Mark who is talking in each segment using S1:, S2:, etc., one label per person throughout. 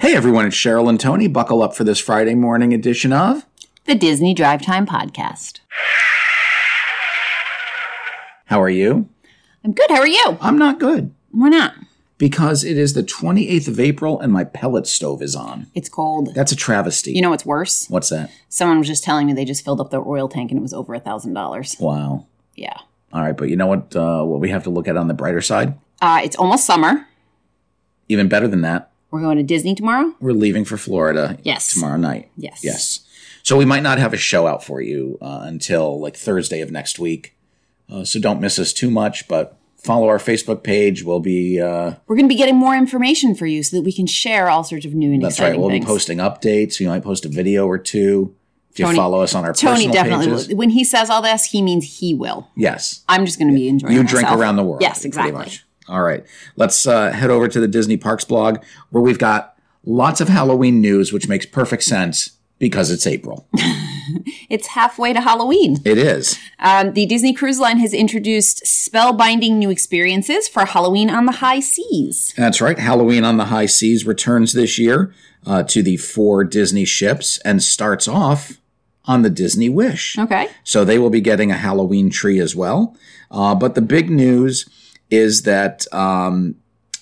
S1: Hey everyone, it's Cheryl and Tony. Buckle up for this Friday morning edition of
S2: The Disney Drive Time Podcast.
S1: How Are You?
S2: I'm good. How are you?
S1: I'm not good
S2: Why not?
S1: because it is the 28th of April and my pellet stove is on.
S2: It's cold.
S1: That's a travesty.
S2: You know what's worse?
S1: What's that?
S2: Someone was just telling me they just filled up their oil tank and it was over a thousand dollars.
S1: Wow.
S2: Yeah.
S1: All right, but you know what uh, what we have to look at on the brighter side?
S2: Uh, it's almost summer.
S1: Even better than that,
S2: We're going to Disney tomorrow.
S1: we're leaving for Florida
S2: Yes.
S1: tomorrow night.
S2: Yes.
S1: Yes. So we might not have a show out for you uh, until like Thursday of next week. Uh, so don't miss us too much, but follow our Facebook page. We'll be uh,
S2: We're going to be getting more information for you so that we can share all sorts of new and
S1: that's right.
S2: exciting
S1: We'll
S2: things.
S1: be posting updates. We might post a video or two. If you
S2: Tony-
S1: follow us on our
S2: Tony
S1: personal
S2: definitely
S1: pages,
S2: will. When he says all this, he means he will.
S1: yes,
S2: I'm just going to be enjoying
S1: you drink
S2: myself.
S1: around the world.
S2: Yes,
S1: pretty
S2: exactly.
S1: much. All right, let's uh, head over to the Disney Parks blog where we've got lots of Halloween news, which makes perfect sense because it's April.
S2: It's halfway to Halloween.
S1: it is.
S2: Um, the Disney Cruise Line has introduced spellbinding new experiences for Halloween on the high seas.
S1: That's right. Halloween on the High Seas returns this year uh, to the four Disney ships and starts off on the Disney Wish.
S2: Okay.
S1: So they will be getting a Halloween tree as well. Uh, but the big news is that um,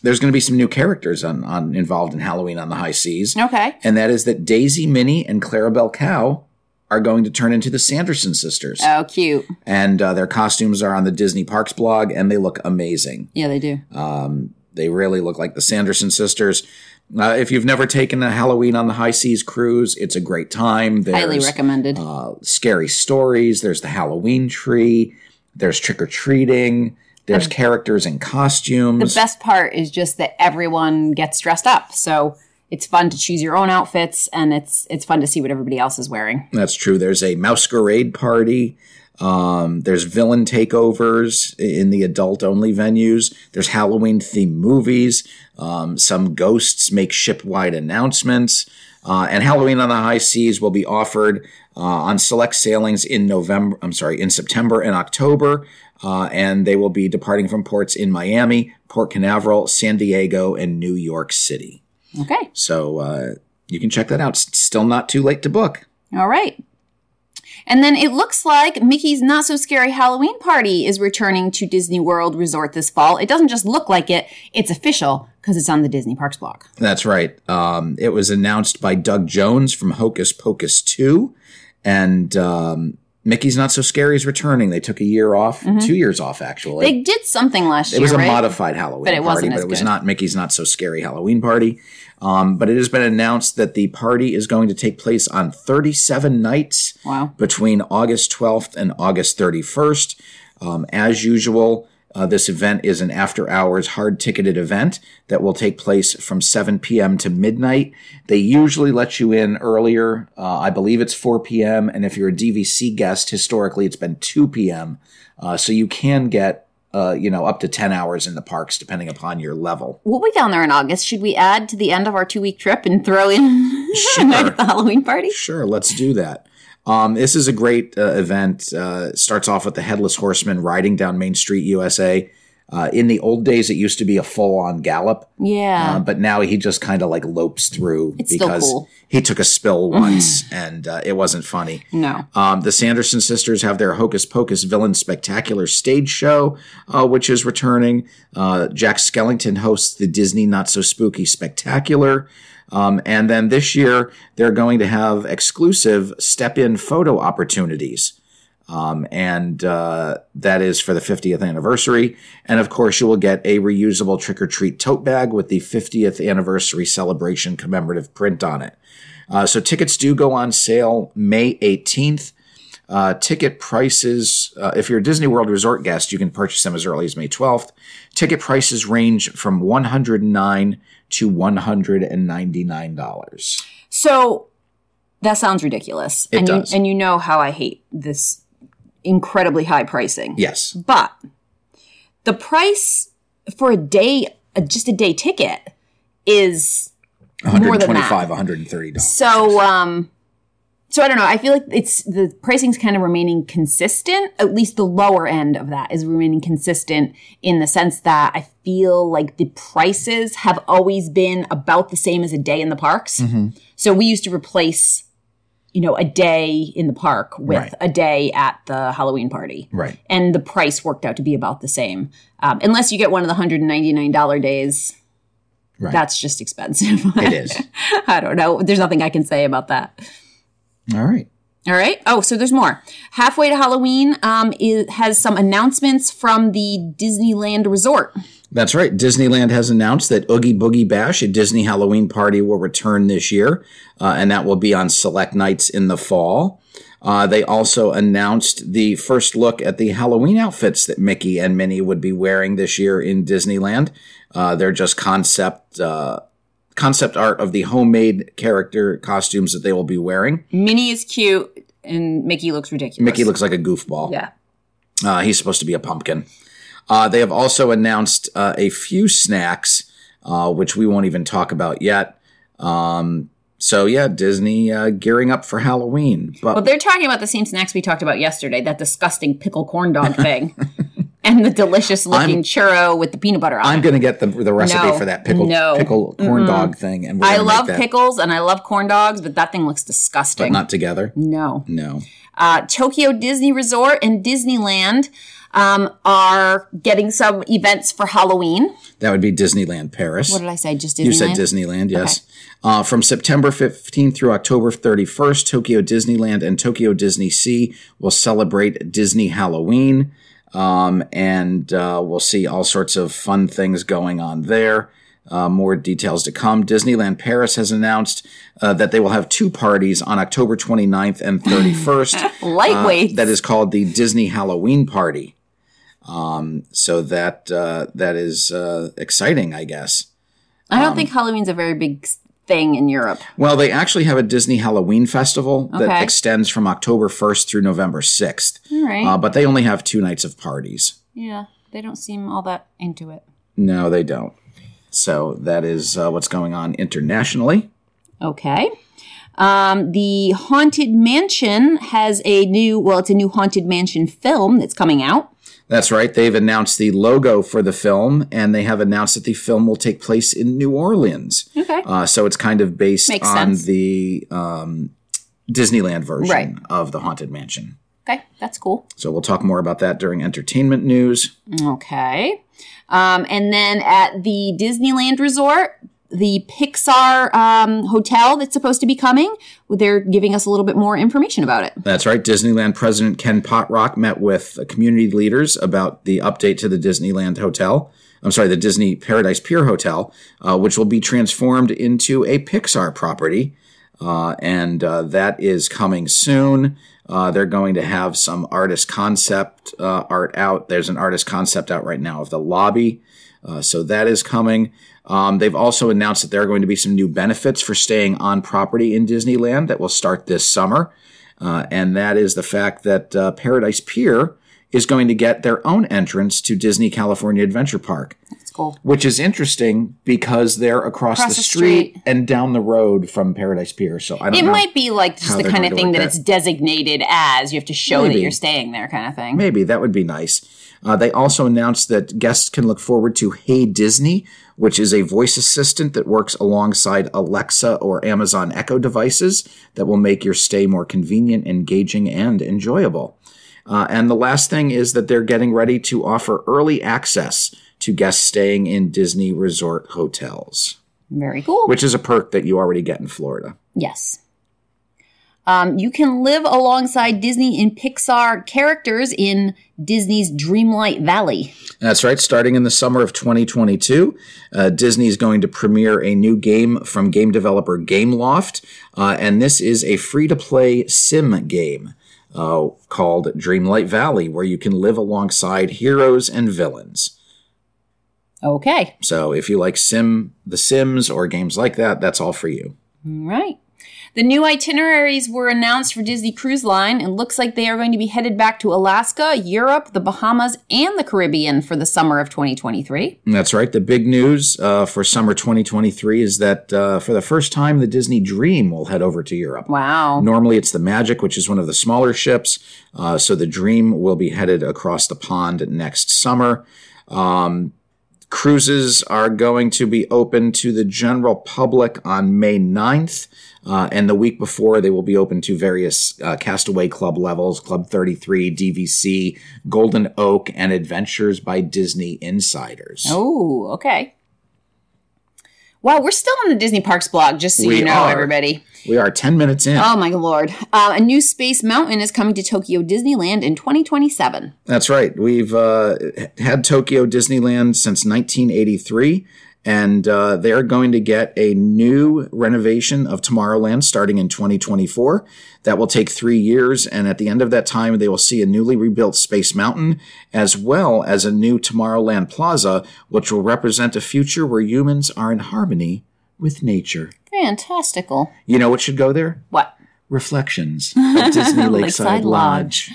S1: there's going to be some new characters on, on involved in Halloween on the High Seas,
S2: Okay.
S1: and that is that Daisy Minnie and Clarabelle Cow are going to turn into the Sanderson sisters,
S2: Oh, cute.
S1: and uh, their costumes are on the Disney Parks blog, and they look amazing.
S2: Yeah, they do.
S1: Um, they really look like the Sanderson sisters. Uh, if you've never taken a Halloween on the High Seas cruise, it's a great time. There's,
S2: Highly recommended.
S1: uh, scary stories. There's the Halloween tree. There's trick or treating. There's characters in
S2: the
S1: costumes.
S2: best part is just that everyone gets dressed up, so it's fun to choose your own outfits, and it's it's fun to see what everybody else is wearing.
S1: That's true. There's a masquerade party. Um, there's villain takeovers in the adult only venues. There's Halloween themed movies. Um, some ghosts make ship wide announcements. Uh, and Halloween on the High Seas will be offered uh, on select sailings in November. I'm sorry, in September and October. Uh, and they will be departing from ports in Miami, Port Canaveral, San Diego, and New York City.
S2: Okay.
S1: So uh, you can check that out. It's still not too late to book.
S2: All right. And then it looks like Mickey's Not So Scary Halloween Party is returning to Disney World Resort this fall. It doesn't just look like it, it's official because it's on the Disney Parks blog.
S1: That's right. Um, it was announced by Doug Jones from Hocus Pocus 2. And um, Mickey's Not So Scary is returning. They took a year off, two years off, actually.
S2: They did something last Mm-hmm. year.
S1: it was a
S2: right?
S1: modified Halloween
S2: But it wasn't
S1: party, but
S2: as
S1: it was
S2: good.
S1: not Mickey's Not So Scary Halloween party. Um, but it has been announced that the party is going to take place on 37 nights
S2: Wow.
S1: between August 12th and August 31st. Um, as usual, uh, this event is an after hours hard ticketed event that will take place from 7 p.m. to midnight. They usually let you in earlier. Uh, I believe it's 4 p.m. And if you're a DVC guest, historically it's been 2 p.m. Uh, so you can get, uh, you know, up to 10 hours in the parks depending upon your level.
S2: We'll be down there in August. Should we add to the end of our two week trip and throw in a night at the Halloween party?
S1: Sure, let's do that. Um, this is a great uh, event. Uh, it starts off with the headless horseman riding down Main Street, USA. Uh, in the old days, it used to be a full-on gallop,
S2: Yeah.
S1: uh, but now he just kind of like lopes through
S2: It's still
S1: because
S2: cool.
S1: he took a spill once and uh, it wasn't funny.
S2: no.
S1: Um, the Sanderson sisters have their Hocus Pocus Villain Spectacular stage show, uh, which is returning. Uh, Jack Skellington hosts the Disney Not So Spooky Spectacular. Um, and then this year, they're going to have exclusive step in photo opportunities. Um, and uh, that is for the 50th anniversary. And of course, you will get a reusable trick or treat tote bag with the 50th anniversary celebration commemorative print on it. Uh, so tickets do go on sale May 18th. Uh, ticket prices, uh, if you're a Disney World Resort guest, you can purchase them as early as May 12th. Ticket prices range from 109 to $199.
S2: So that sounds ridiculous.
S1: It
S2: and
S1: does.
S2: You, and you know how I hate this incredibly high pricing.
S1: Yes.
S2: But the price for a day, uh, just a day ticket, is More than that.
S1: $125, $130.
S2: so. Um, So I don't know. I feel like it's the pricing's kind of remaining consistent. At least the lower end of that is remaining consistent in the sense that I feel like the prices have always been about the same as a day in the parks.
S1: Mm-hmm.
S2: So we used to replace, you know, a day in the park with
S1: Right.
S2: a day at the Halloween party.
S1: Right.
S2: And the price worked out to be about the same. Um, unless you get one of the $199 days.
S1: Right.
S2: That's just expensive.
S1: It is.
S2: I don't know. There's nothing I can say about that.
S1: All right.
S2: All right. Oh, so there's more. Halfway to Halloween um, it has some announcements from the Disneyland Resort.
S1: That's right. Disneyland has announced that Oogie Boogie Bash, a Disney Halloween party, will return this year, uh, and that will be on select nights in the fall. Uh, they also announced the first look at the Halloween outfits that Mickey and Minnie would be wearing this year in Disneyland. Uh, they're just concept uh, concept art of the homemade character costumes that they will be wearing.
S2: Minnie is cute, and Mickey looks ridiculous.
S1: Mickey looks like a goofball.
S2: yeah.
S1: Uh, he's supposed to be a pumpkin. Uh, they have also announced uh, a few snacks, uh, which we won't even talk about yet. Um, so yeah, Disney uh, gearing up for Halloween. But
S2: But they're talking about the same snacks we talked about yesterday. That disgusting pickle corn dog thing, and the delicious looking churro with the peanut butter on.
S1: I'm
S2: it.
S1: going to get the, the recipe
S2: No.
S1: for that pickle
S2: No.
S1: pickle corn dog thing, and we're
S2: I
S1: gonna make
S2: love
S1: that,
S2: pickles and I love corn dogs, but that thing looks
S1: but
S2: disgusting.
S1: not together.
S2: no.
S1: No,
S2: uh, Tokyo Disney Resort and Disneyland um, are getting some events for Halloween.
S1: that would be Disneyland Paris.
S2: What did I say? Just Disneyland.
S1: You said Disneyland, yes. Uh, from September 15th through October 31st, Tokyo Disneyland and Tokyo Disney Sea will celebrate Disney Halloween. Um, and uh, we'll see all sorts of fun things going on there. Uh, more details to come. Disneyland Paris has announced uh, that they will have two parties on October 29th and 31st.
S2: Lightweight.
S1: that is called the Disney Halloween Party. Um, so that uh, that is uh, exciting, I guess.
S2: I
S1: um,
S2: don't think Halloween's a very big s- thing in Europe.
S1: Well, they actually have a Disney Halloween festival that
S2: Okay.
S1: extends from October 1st through November 6th.
S2: All right.
S1: Uh, but they only have two nights of parties.
S2: yeah, they don't seem all that into it.
S1: No, they don't. So that is uh, what's going on internationally.
S2: Okay. Um, the Haunted Mansion has a new, well, it's a new Haunted Mansion film that's coming out.
S1: That's right. They've announced the logo for the film, and they have announced that the film will take place in New Orleans.
S2: Okay.
S1: Uh, so it's kind of based
S2: Makes
S1: on
S2: sense.
S1: the um, Disneyland version
S2: Right.
S1: of the Haunted Mansion.
S2: Okay, that's cool.
S1: So we'll talk more about that during entertainment news.
S2: Okay. Um, and then at the Disneyland Resort, the Pixar um, hotel that's supposed to be coming, they're giving us a little bit more information about it.
S1: That's right. Disneyland President Ken Potrock met with community leaders about the update to the Disneyland Hotel. I'm sorry, the Disney Paradise Pier Hotel, uh, which will be transformed into a Pixar property. Uh, and uh, that is coming soon. Uh, they're going to have some artist concept uh, art out. There's an artist concept out right now of the lobby. Uh, so that is coming. Um, they've also announced that there are going to be some new benefits for staying on property in Disneyland that will start this summer. Uh, and that is the fact that uh, Paradise Pier is going to get their own entrance to Disney California Adventure Park,
S2: That's cool.
S1: which is interesting because they're across,
S2: Across
S1: the
S2: the
S1: street,
S2: street.
S1: and down the road from Paradise Pier. So I don't
S2: It
S1: know.
S2: might be like
S1: how
S2: just the
S1: they're
S2: kind
S1: going to
S2: of thing
S1: work
S2: that
S1: that.
S2: it's designated as. You have to show
S1: Maybe.
S2: that you're staying there, kind of thing.
S1: Maybe that would be nice. Uh, they also announced that guests can look forward to Hey Disney, which is a voice assistant that works alongside Alexa or Amazon Echo devices that will make your stay more convenient, engaging, and enjoyable. Uh, and the last thing is that they're getting ready to offer early access to guests staying in Disney resort hotels,
S2: Very cool.
S1: which is a perk that you already get in Florida.
S2: Yes. Um, you can live alongside Disney and Pixar characters in Disney's Dreamlight Valley.
S1: That's right. Starting in the summer of 2022, uh, Disney is going to premiere a new game from game developer GameLoft, uh, and this is a free-to-play sim game uh, called Dreamlight Valley, where you can live alongside heroes and villains.
S2: Okay.
S1: So, if you like Sim, The Sims, or games like that, that's all for you.
S2: All right. The new itineraries were announced for Disney Cruise Line and looks like they are going to be headed back to Alaska, Europe, the Bahamas, and the Caribbean for the summer of 2023.
S1: That's right. The big news uh, for summer 2023 is that uh, for the first time, the Disney Dream will head over to Europe.
S2: Wow.
S1: Normally, it's the Magic, which is one of the smaller ships. Uh, so the Dream will be headed across the pond next summer. Um, cruises are going to be open to the general public on May 9th. Uh, and the week before, they will be open to various uh, Castaway Club levels Club 33, DVC, Golden Oak, and Adventures by Disney Insiders.
S2: Oh, okay. Wow, we're still on the Disney Parks blog, just so
S1: We
S2: you know,
S1: are.
S2: everybody.
S1: We are 10 minutes in.
S2: Oh my lord. Uh, a new space mountain is coming to Tokyo Disneyland in 2027.
S1: That's right. We've uh, had Tokyo Disneyland since 1983, and uh, they're going to get a new renovation of Tomorrowland starting in 2024. That will take three years, and at the end of that time, they will see a newly rebuilt Space Mountain as well as a new Tomorrowland Plaza, which will represent a future where humans are in harmony with nature.
S2: Fantastical.
S1: You know what should go there?
S2: What?
S1: Reflections of Disney Lakeside,
S2: Lakeside
S1: Lodge.
S2: Lodge.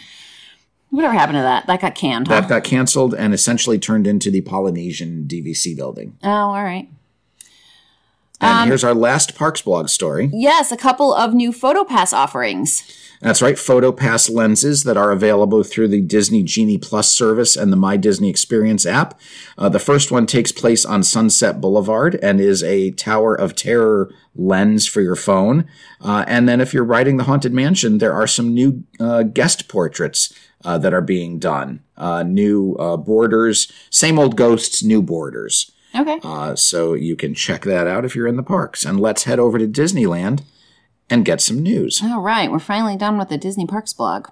S2: Whatever happened to that? That got canned. huh?
S1: That got canceled and essentially turned into the Polynesian DVC building.
S2: oh, all right.
S1: And here's our last Parks blog story.
S2: Yes, a couple of new PhotoPass offerings.
S1: That's right, PhotoPass lenses that are available through the Disney Genie Plus service and the My Disney Experience app. Uh, the first one takes place on Sunset Boulevard and is a Tower of Terror lens for your phone. Uh, and then if you're riding the Haunted Mansion, there are some new uh, guest portraits uh, that are being done. Uh, new uh, borders, same old ghosts, new borders.
S2: Okay.
S1: Uh, so you can check that out if you're in the parks. And let's head over to Disneyland and get some news.
S2: All right, we're finally done with the Disney Parks blog.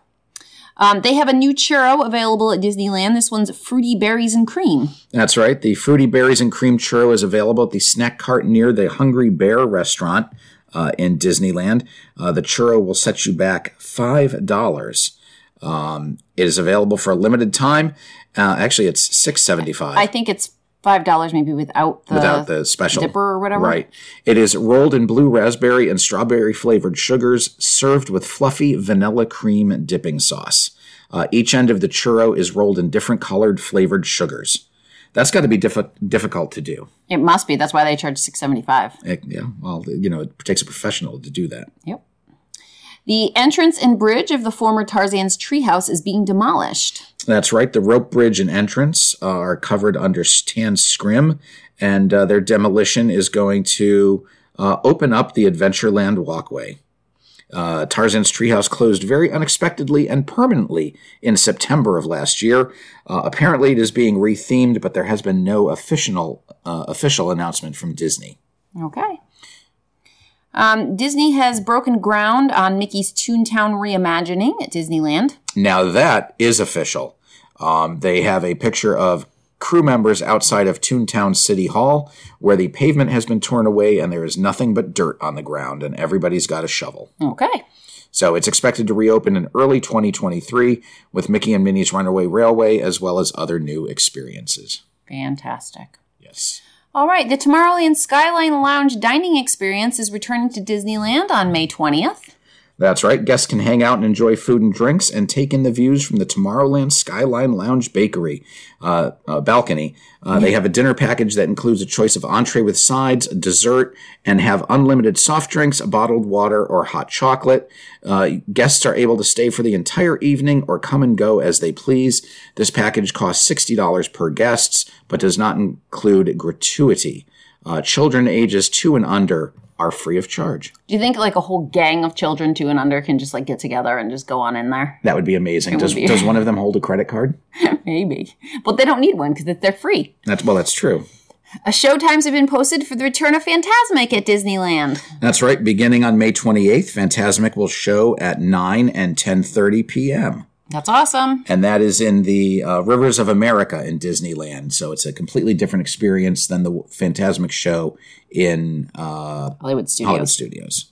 S2: Um, they have a new churro available at Disneyland. This one's fruity berries and cream.
S1: That's right. The Fruity Berries and Cream Churro is available at the snack cart near the Hungry Bear restaurant uh, in Disneyland. Uh, the churro will set you back $5. Um, it is available for a limited time. Uh, actually, it's six seventy five.
S2: I uh, think it's five dollars, maybe without the
S1: without the special
S2: dipper or whatever.
S1: Right. It is rolled in blue raspberry and strawberry flavored sugars, served with fluffy vanilla cream dipping sauce. Uh, each end of the churro is rolled in different colored flavored sugars. That's got to be diffi- difficult to do.
S2: It must be. That's why they charge six seventy five.
S1: It- yeah. Well, you know, it takes a professional to do that.
S2: Yep. The entrance and bridge of the former Tarzan's treehouse is being demolished.
S1: That's right. The rope bridge and entrance uh, are covered under Stan Scrim, and uh, their demolition is going to uh, open up the Adventureland walkway. Uh, Tarzan's treehouse closed very unexpectedly and permanently in September of last year. Uh, apparently, it is being rethemed, but there has been no official uh, official announcement from Disney.
S2: Okay. Um, Disney has broken ground on Mickey's Toontown reimagining at Disneyland.
S1: Now that is official. Um, they have a picture of crew members outside of Toontown City Hall, where the pavement has been torn away and there is nothing but dirt on the ground, and everybody's got a shovel.
S2: Okay.
S1: So it's expected to reopen in early 2023 with Mickey and Minnie's Runaway Railway, as well as other new experiences.
S2: Fantastic.
S1: Yes.
S2: All right, the Tomorrowland Skyline Lounge dining experience is returning to Disneyland on May 20th.
S1: That's right. Guests can hang out and enjoy food and drinks and take in the views from the Tomorrowland Skyline Lounge Bakery uh, uh, balcony. Uh, they have a dinner package that includes a choice of entree with sides, a dessert, and have unlimited soft drinks, bottled water, or hot chocolate. Uh, guests are able to stay for the entire evening or come and go as they please. This package costs $60 per guest, but does not include gratuity. Uh, children ages two and under are free of charge.
S2: Do you think like a whole gang of children two and under can just like get together and just go on in there?
S1: That would be amazing. does,
S2: be.
S1: does one of them hold a credit card?
S2: Maybe. But they don't need one because they're free.
S1: That's well, that's true.
S2: A show times have been posted for the return of Fantasmic at Disneyland.
S1: That's right. Beginning on May 28th, Fantasmic will show at 9 and 10:30 p.m.
S2: That's awesome.
S1: And that is in the uh, Rivers of America in Disneyland. So it's a completely different experience than the Fantasmic show in uh,
S2: Hollywood Studios.
S1: Hollywood Studios.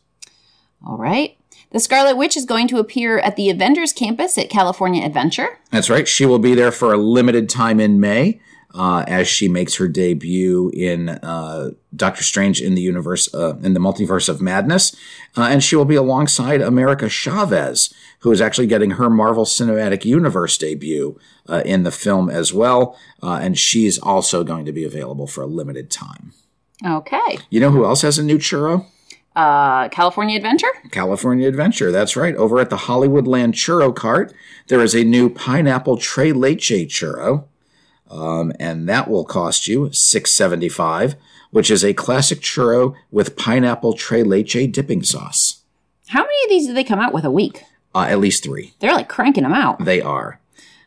S2: All right. The Scarlet Witch is going to appear at the Avengers campus at California Adventure.
S1: That's right. She will be there for a limited time in May. uh, as she makes her debut in uh, Doctor Strange in the universe uh, in the multiverse of madness, uh, and she will be alongside America Chavez, who is actually getting her Marvel Cinematic Universe debut uh, in the film as well, uh, and she's also going to be available for a limited time.
S2: Okay.
S1: You know who else has a new churro?
S2: Uh, California Adventure.
S1: California Adventure. That's right. Over at the Hollywoodland Churro Cart, there is a new pineapple Tre Leche churro, um, and that will cost you six seventy five, which is a classic churro with pineapple Tre Leche dipping sauce.
S2: How many of these do they come out with a week?
S1: Uh, at least three.
S2: They're like cranking them out.
S1: They are.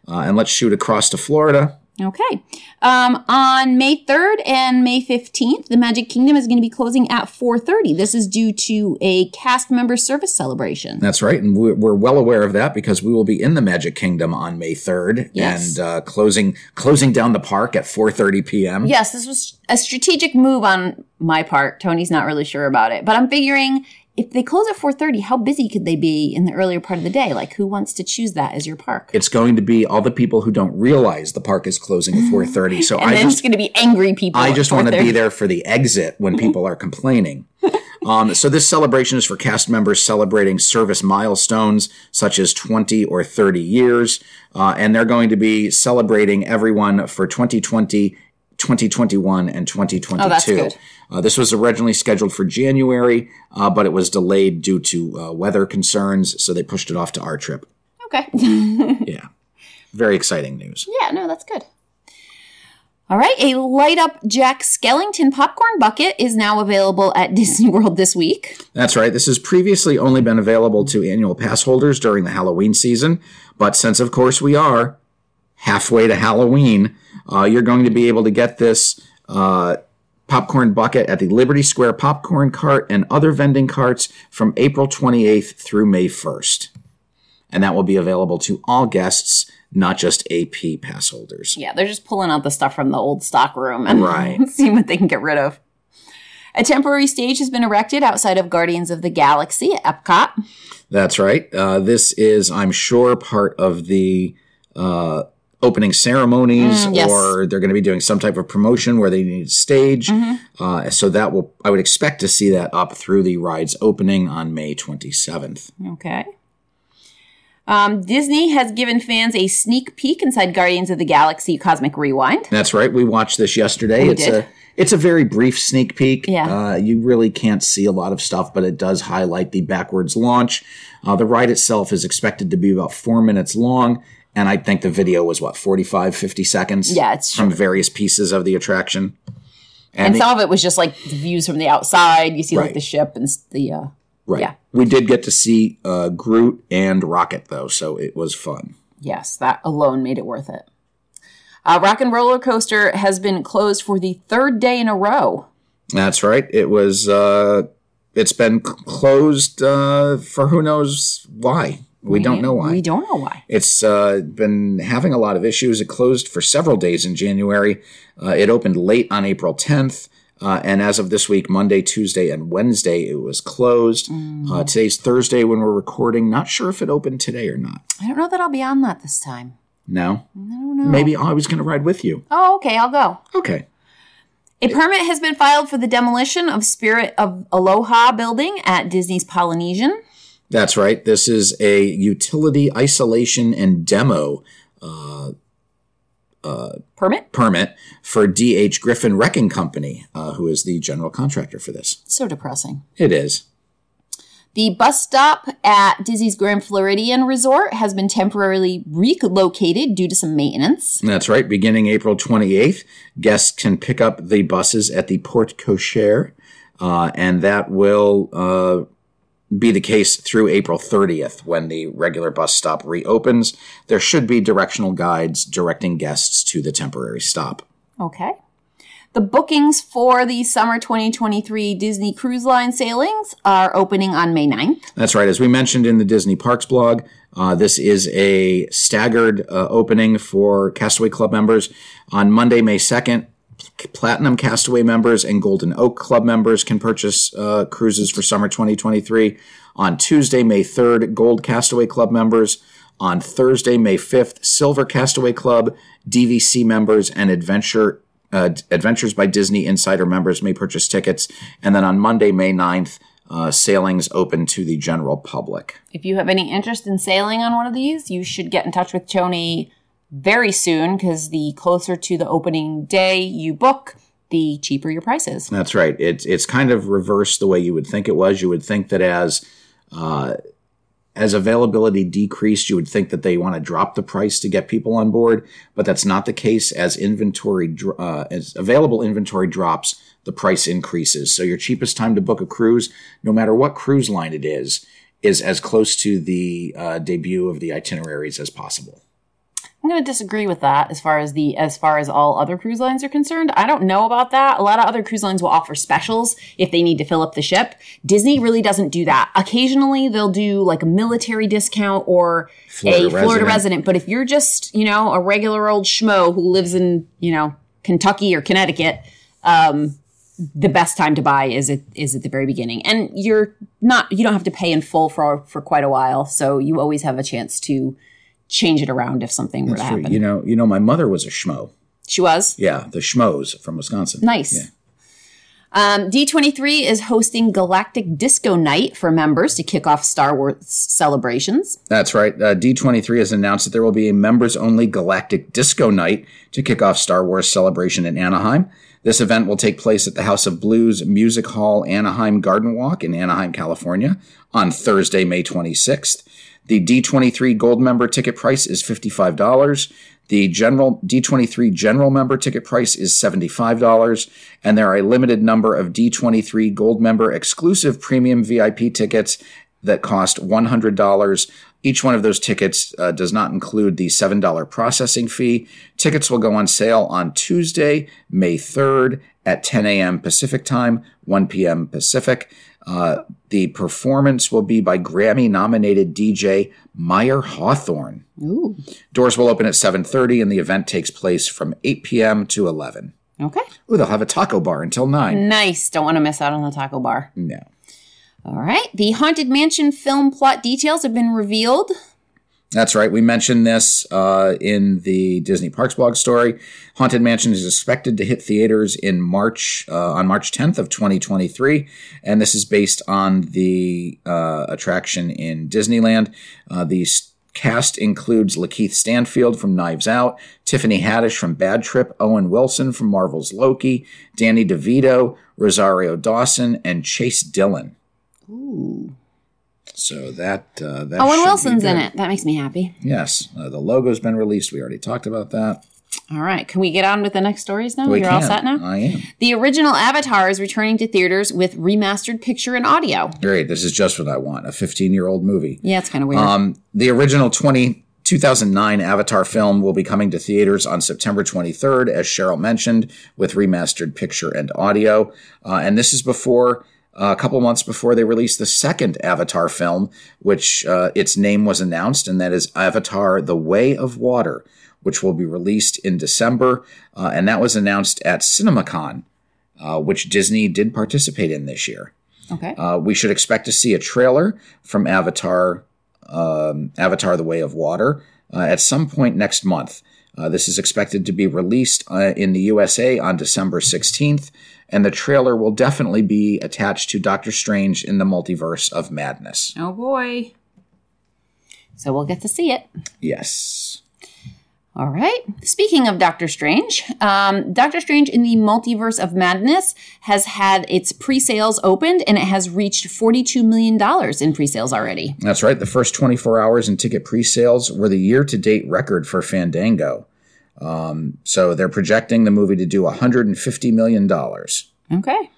S1: Uh, and let's shoot across to Florida.
S2: Okay. Um, on May 3rd and May 15th, the Magic Kingdom is going to be closing at 4:30. This is due to a cast member service celebration.
S1: That's right. And we're, we're well aware of that because we will be in the Magic Kingdom on May 3rd
S2: Yes.
S1: and uh, closing closing down the park at 4.30 p.m.
S2: Yes, this was a strategic move on my part. Tony's not really sure about it, but I'm figuring if they close at 4:30, how busy could they be in the earlier part of the day? Like who wants to choose that as your park?
S1: It's going to be all the people who don't realize the park is closing at 4.30. So
S2: Mm-hmm. And
S1: I
S2: then
S1: just
S2: it's going to be angry people.
S1: I
S2: at Mm-hmm.
S1: just want to be
S2: 4:30.
S1: there for the exit when people are complaining. Um, so this celebration is for cast members celebrating service milestones such as 20 or 30 years, uh, and they're going to be celebrating everyone for 2020. 2021 and 2022.
S2: Oh, that's good.
S1: Uh, this was originally scheduled for January, uh, but it was delayed due to uh, weather concerns, so they pushed it off to our trip.
S2: Okay.
S1: Yeah. Very exciting news.
S2: Yeah, no, that's good. All right, a light up Jack Skellington popcorn bucket is now available at Disney World this week.
S1: That's right. This has previously only been available to annual pass holders during the Halloween season, but since, of course, we are halfway to Halloween, uh, you're going to be able to get this uh, popcorn bucket at the Liberty Square popcorn cart and other vending carts from April 28th through May 1st. And that will be available to all guests, not just AP pass holders.
S2: Yeah, they're just pulling out the stuff from the old stock room and
S1: Right.
S2: seeing what they can get rid of. A temporary stage has been erected outside of Guardians of the Galaxy at Epcot.
S1: That's right. Uh, this is, I'm sure, part of the uh, opening ceremonies,
S2: Mm, yes.
S1: or they're going to be doing some type of promotion where they need a stage.
S2: Mm-hmm.
S1: Uh, so that will, I would expect to see that up through the ride's opening on May 27th.
S2: Okay. Um, Disney has given fans a sneak peek inside Guardians of the Galaxy Cosmic Rewind.
S1: That's right. We watched this yesterday.
S2: We
S1: it's
S2: did.
S1: a it's a very brief sneak peek.
S2: Yeah.
S1: Uh, you really can't see a lot of stuff, but it does highlight the backwards launch. Uh, the ride itself is expected to be about four minutes long. And I think the video was what, 45, 50 seconds?
S2: Yeah, it's
S1: from various pieces of the attraction.
S2: And
S1: the-
S2: some of it was just like the views from the outside. You see like
S1: Right.
S2: the ship and s- the uh,
S1: right.
S2: yeah.
S1: We did get to see uh, Groot and Rocket, though, so it was fun.
S2: Yes, that alone made it worth it. Uh, Rock and Roller Coaster has been closed for the third day in a row.
S1: That's right. It was. Uh, it's been c- closed uh, for who knows why. We don't know why.
S2: We don't know why.
S1: It's uh, been having a lot of issues. It closed for several days in January. Uh, it opened late on April 10th. Uh, and as of this week, Monday, Tuesday, and Wednesday, it was closed. Uh, today's Thursday when we're recording. Not sure if it opened today or not.
S2: I don't know that I'll be on that this time.
S1: No?
S2: I don't know.
S1: Maybe I was going to ride with you.
S2: Oh, okay, I'll go.
S1: Okay.
S2: A permit has been filed for the demolition of Spirit of Aloha building at Disney's Polynesian.
S1: That's right. This is a utility isolation and demo
S2: Permit?
S1: permit for D.H. Griffin Wrecking Company, uh, who is the general contractor for this.
S2: So depressing.
S1: It is.
S2: The bus stop at Disney's Grand Floridian Resort has been temporarily relocated due to some maintenance.
S1: That's right. Beginning April 28th, guests can pick up the buses at the Port Cochere, uh, and that will uh, be the case through April 30th when the regular bus stop reopens. There should be directional guides directing guests to the temporary stop.
S2: Okay. The bookings for the summer 2023 Disney Cruise Line sailings are opening on May 9th.
S1: That's right. As we mentioned in the Disney Parks blog, uh, this is a staggered uh, opening for Castaway Club members on Monday, May 2nd. Platinum Castaway members and Golden Oak Club members can purchase uh, cruises for summer 2023. On Tuesday, May 3rd, Gold Castaway Club members. on Thursday, May 5th. Silver Castaway Club, DVC members, and Adventure uh, Adventures by Disney Insider members may purchase tickets. And then on Monday, May 9th, uh, sailings open to the general public.
S2: If you have any interest in sailing on one of these, you should get in touch with Tony very soon because the closer to the opening day you book, the cheaper your price is.
S1: That's right. It's it's kind of reversed the way you would think it was. You would think that as uh, as availability decreased, you would think that they want to drop the price to get people on board, but that's not the case. As inventory dr- uh, as available inventory drops, the price increases. So your cheapest time to book a cruise, no matter what cruise line it is, is as close to the uh, debut of the itineraries as possible.
S2: I'm going to disagree with that as far as the as far as all other cruise lines are concerned. I don't know about that. A lot of other cruise lines will offer specials if they need to fill up the ship. Disney really doesn't do that. Occasionally they'll do like a military discount or
S1: Florida
S2: a Florida
S1: resident.
S2: resident, but if you're just, you know, a regular old schmo who lives in, you know, Kentucky or Connecticut, um the best time to buy is at is at the very beginning. And you're not you don't have to pay in full for for quite a while, so you always have a chance to change it around if something were to happen.
S1: You know, you know, my mother was a schmo.
S2: She was.
S1: Yeah, the schmoes from Wisconsin.
S2: Nice.
S1: Yeah.
S2: Um, D23 is hosting Galactic Disco Night for members to kick off Star Wars celebrations.
S1: That's right. Uh, D23 has announced that there will be a members only Galactic Disco Night to kick off Star Wars Celebration in Anaheim. This event will take place at the House of Blues Music Hall Anaheim Garden Walk in Anaheim, California on Thursday, May 26th. The D23 Gold member ticket price is $55. The general D23 general member ticket price is $75 and there are a limited number of D23 gold member exclusive premium VIP tickets that cost $100. Each one of those tickets uh, does not include the $7 processing fee. Tickets will go on sale on Tuesday, May 3rd at 10 a.m. Pacific time, 1 p.m. Pacific. Uh, the performance will be by Grammy nominated DJ Meyer Hawthorne.
S2: Ooh.
S1: Doors will open at 7:30 and the event takes place from 8 p.m. to 11.
S2: Okay.
S1: Ooh, they'll have a taco bar until
S2: Mm.
S1: 9.
S2: Nice. Don't want to miss out on the taco bar.
S1: No.
S2: All right. The Haunted Mansion film plot details have been revealed.
S1: That's right. We mentioned this uh, in the Disney Parks blog story. Haunted Mansion is expected to hit theaters in March uh, on March 10th of 2023, and this is based on the uh, attraction in Disneyland. Uh, the s- cast includes Lakeith Stanfield from Knives Out, Tiffany Haddish from Bad Trip, Owen Wilson from Marvel's Loki, Danny DeVito, Rosario Dawson, and Chase Dillon.
S2: Ooh.
S1: So that uh, that should
S2: Owen
S1: be
S2: Wilson's in
S1: good.
S2: it. That makes me happy.
S1: Yes, uh, the logo's been released. We already talked about that.
S2: All right. Can we get on with the next stories now?
S1: We
S2: Oh, You're all
S1: can.
S2: set now?
S1: I am.
S2: The original Avatar is returning to theaters with remastered picture and audio.
S1: Great. This is just what I want a 15 year old movie.
S2: Yeah, it's kind of weird.
S1: Um, the original 20, 2009 Avatar film will be coming to theaters on September 23rd, as Cheryl mentioned, with remastered picture and audio. Uh, and this is before. uh, a couple months before they released the second Avatar film, which uh, its name was announced, and that is Avatar The Way of Water, which will be released in December. Uh, and that was announced at CinemaCon, uh, which Disney did participate in this year.
S2: okay.
S1: Uh, we should expect to see a trailer from Avatar, um, Avatar: The Way of Water, uh, at some point next month. Uh, this is expected to be released uh, in the USA on December 16th, and the trailer will definitely be attached to Doctor Strange in the Multiverse of Madness.
S2: Oh boy. So we'll get to see it.
S1: Yes.
S2: All right. Speaking of Doctor Strange, um, Doctor Strange in the Multiverse of Madness has had its pre sales opened and it has reached $42 million in pre sales already.
S1: That's right. The first 24 hours in ticket pre-sales were the year-to-date record for Fandango. Um, so they're projecting the movie to do 150 million dollars.
S2: Okay.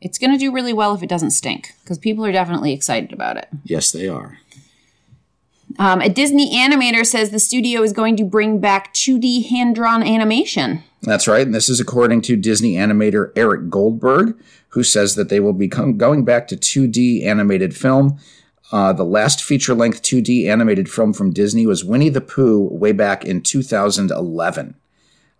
S2: It's going to do really well if it doesn't stink because people are definitely excited about it.
S1: Yes, they are.
S2: Um, a Disney animator says the studio is going to bring back 2D hand drawn animation.
S1: That's right. And this is according to Disney animator Eric Goldberg, who says that they will be com- going back to 2D animated film. Uh, the last feature length 2D animated film from Disney was Winnie the Pooh way back in 2011.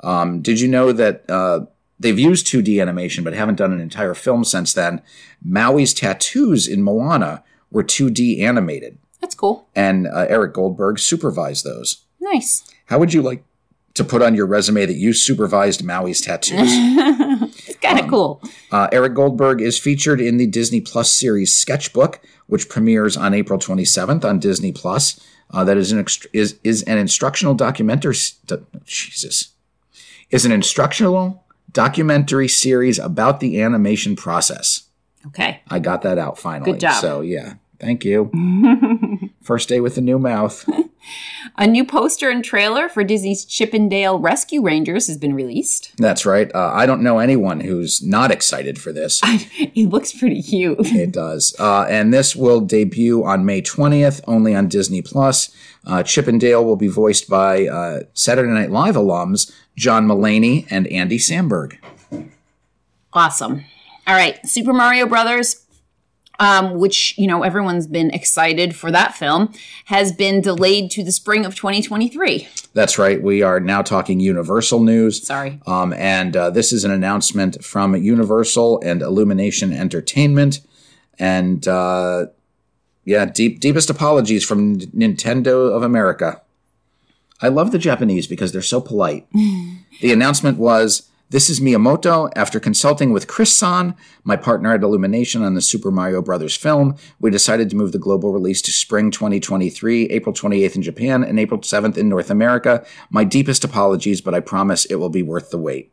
S1: Um, did you know that uh, they've used 2D animation but haven't done an entire film since then? Maui's tattoos in Moana were 2D animated.
S2: That's cool.
S1: and uh, Eric Goldberg supervised those.
S2: Nice.
S1: How would you like to put on your resume that you supervised Maui's tattoos?
S2: it's kind of cool.
S1: uh, Eric Goldberg is featured in the Disney Plus series Sketchbook, which premieres on April 27th on Disney Plus. Uh, that is an ext- is is an instructional documentary. St- Jesus, is an instructional documentary series about the animation process.
S2: Okay.
S1: I got that out finally.
S2: Good job.
S1: So yeah, thank you. First day with a new mouth.
S2: A new poster and trailer for Disney's Chippendale Rescue Rangers has been released.
S1: That's right. Uh, I don't know anyone who's not excited for this.
S2: it looks pretty cute.
S1: It does. Uh, and this will debut on May 20th, only on Disney Plus. Uh, Chip and Dale will be voiced by uh, Saturday Night Live alums John Mullaney and Andy Samberg.
S2: Awesome. All right, Super Mario Brothers, um, which you know everyone's been excited for that film, has been delayed to the spring of 2023.
S1: That's right. We are now talking Universal news.
S2: Sorry.
S1: Um, and uh, this is an announcement from Universal and Illumination Entertainment. And uh, yeah, deep deepest apologies from Nintendo of America. I love the Japanese because they're so polite. the announcement was. This is Miyamoto. After consulting with Chris San, my partner at Illumination on the Super Mario Brothers film, we decided to move the global release to spring 2023, April 28th in Japan, and April 7th in North America. My deepest apologies, but I promise it will be worth the wait.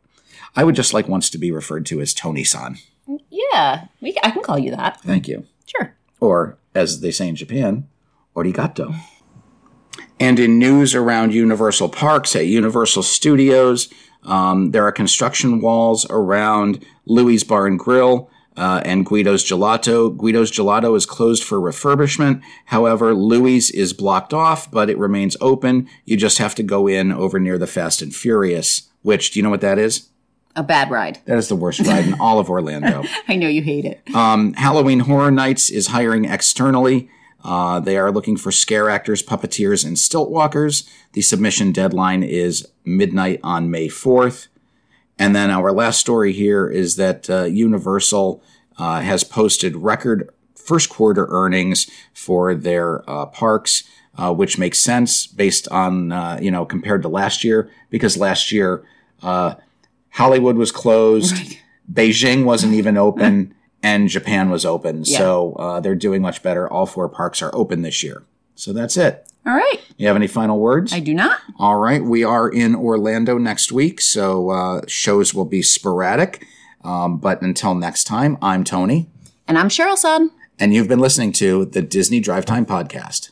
S1: I would just like once to be referred to as Tony San.
S2: Yeah, we, I can call you that.
S1: Thank you.
S2: Sure.
S1: or as they say in Japan, origato. And in news around Universal Parks at Universal Studios, um, there are construction walls around Louis Bar and Grill uh, and Guido's Gelato. Guido's Gelato is closed for refurbishment. However, Louis is blocked off, but it remains open. You just have to go in over near the Fast and Furious, which, do you know what that is?
S2: A bad ride.
S1: That is the worst ride in all of Orlando.
S2: I know you hate it.
S1: Um, Halloween Horror Nights is hiring externally. Uh, they are looking for scare actors, puppeteers, and stilt walkers. The submission deadline is midnight on May 4th. And then our last story here is that uh, Universal uh, has posted record first quarter earnings for their uh, parks, uh, which makes sense based on, uh, you know, compared to last year, because last year uh, Hollywood was closed, Beijing wasn't even open, and Japan was open.
S2: Mm-hmm. Yeah.
S1: So uh, they're doing much better. All four parks are open this year. So that's it.
S2: All right,
S1: You have any final words?
S2: I do not.
S1: All right, we are in Orlando next week, so uh, shows will be sporadic. Um, but until next time, I'm Tony,
S2: And I'm Cheryl Son.
S1: and you've been listening to the Disney Drive Time Podcast.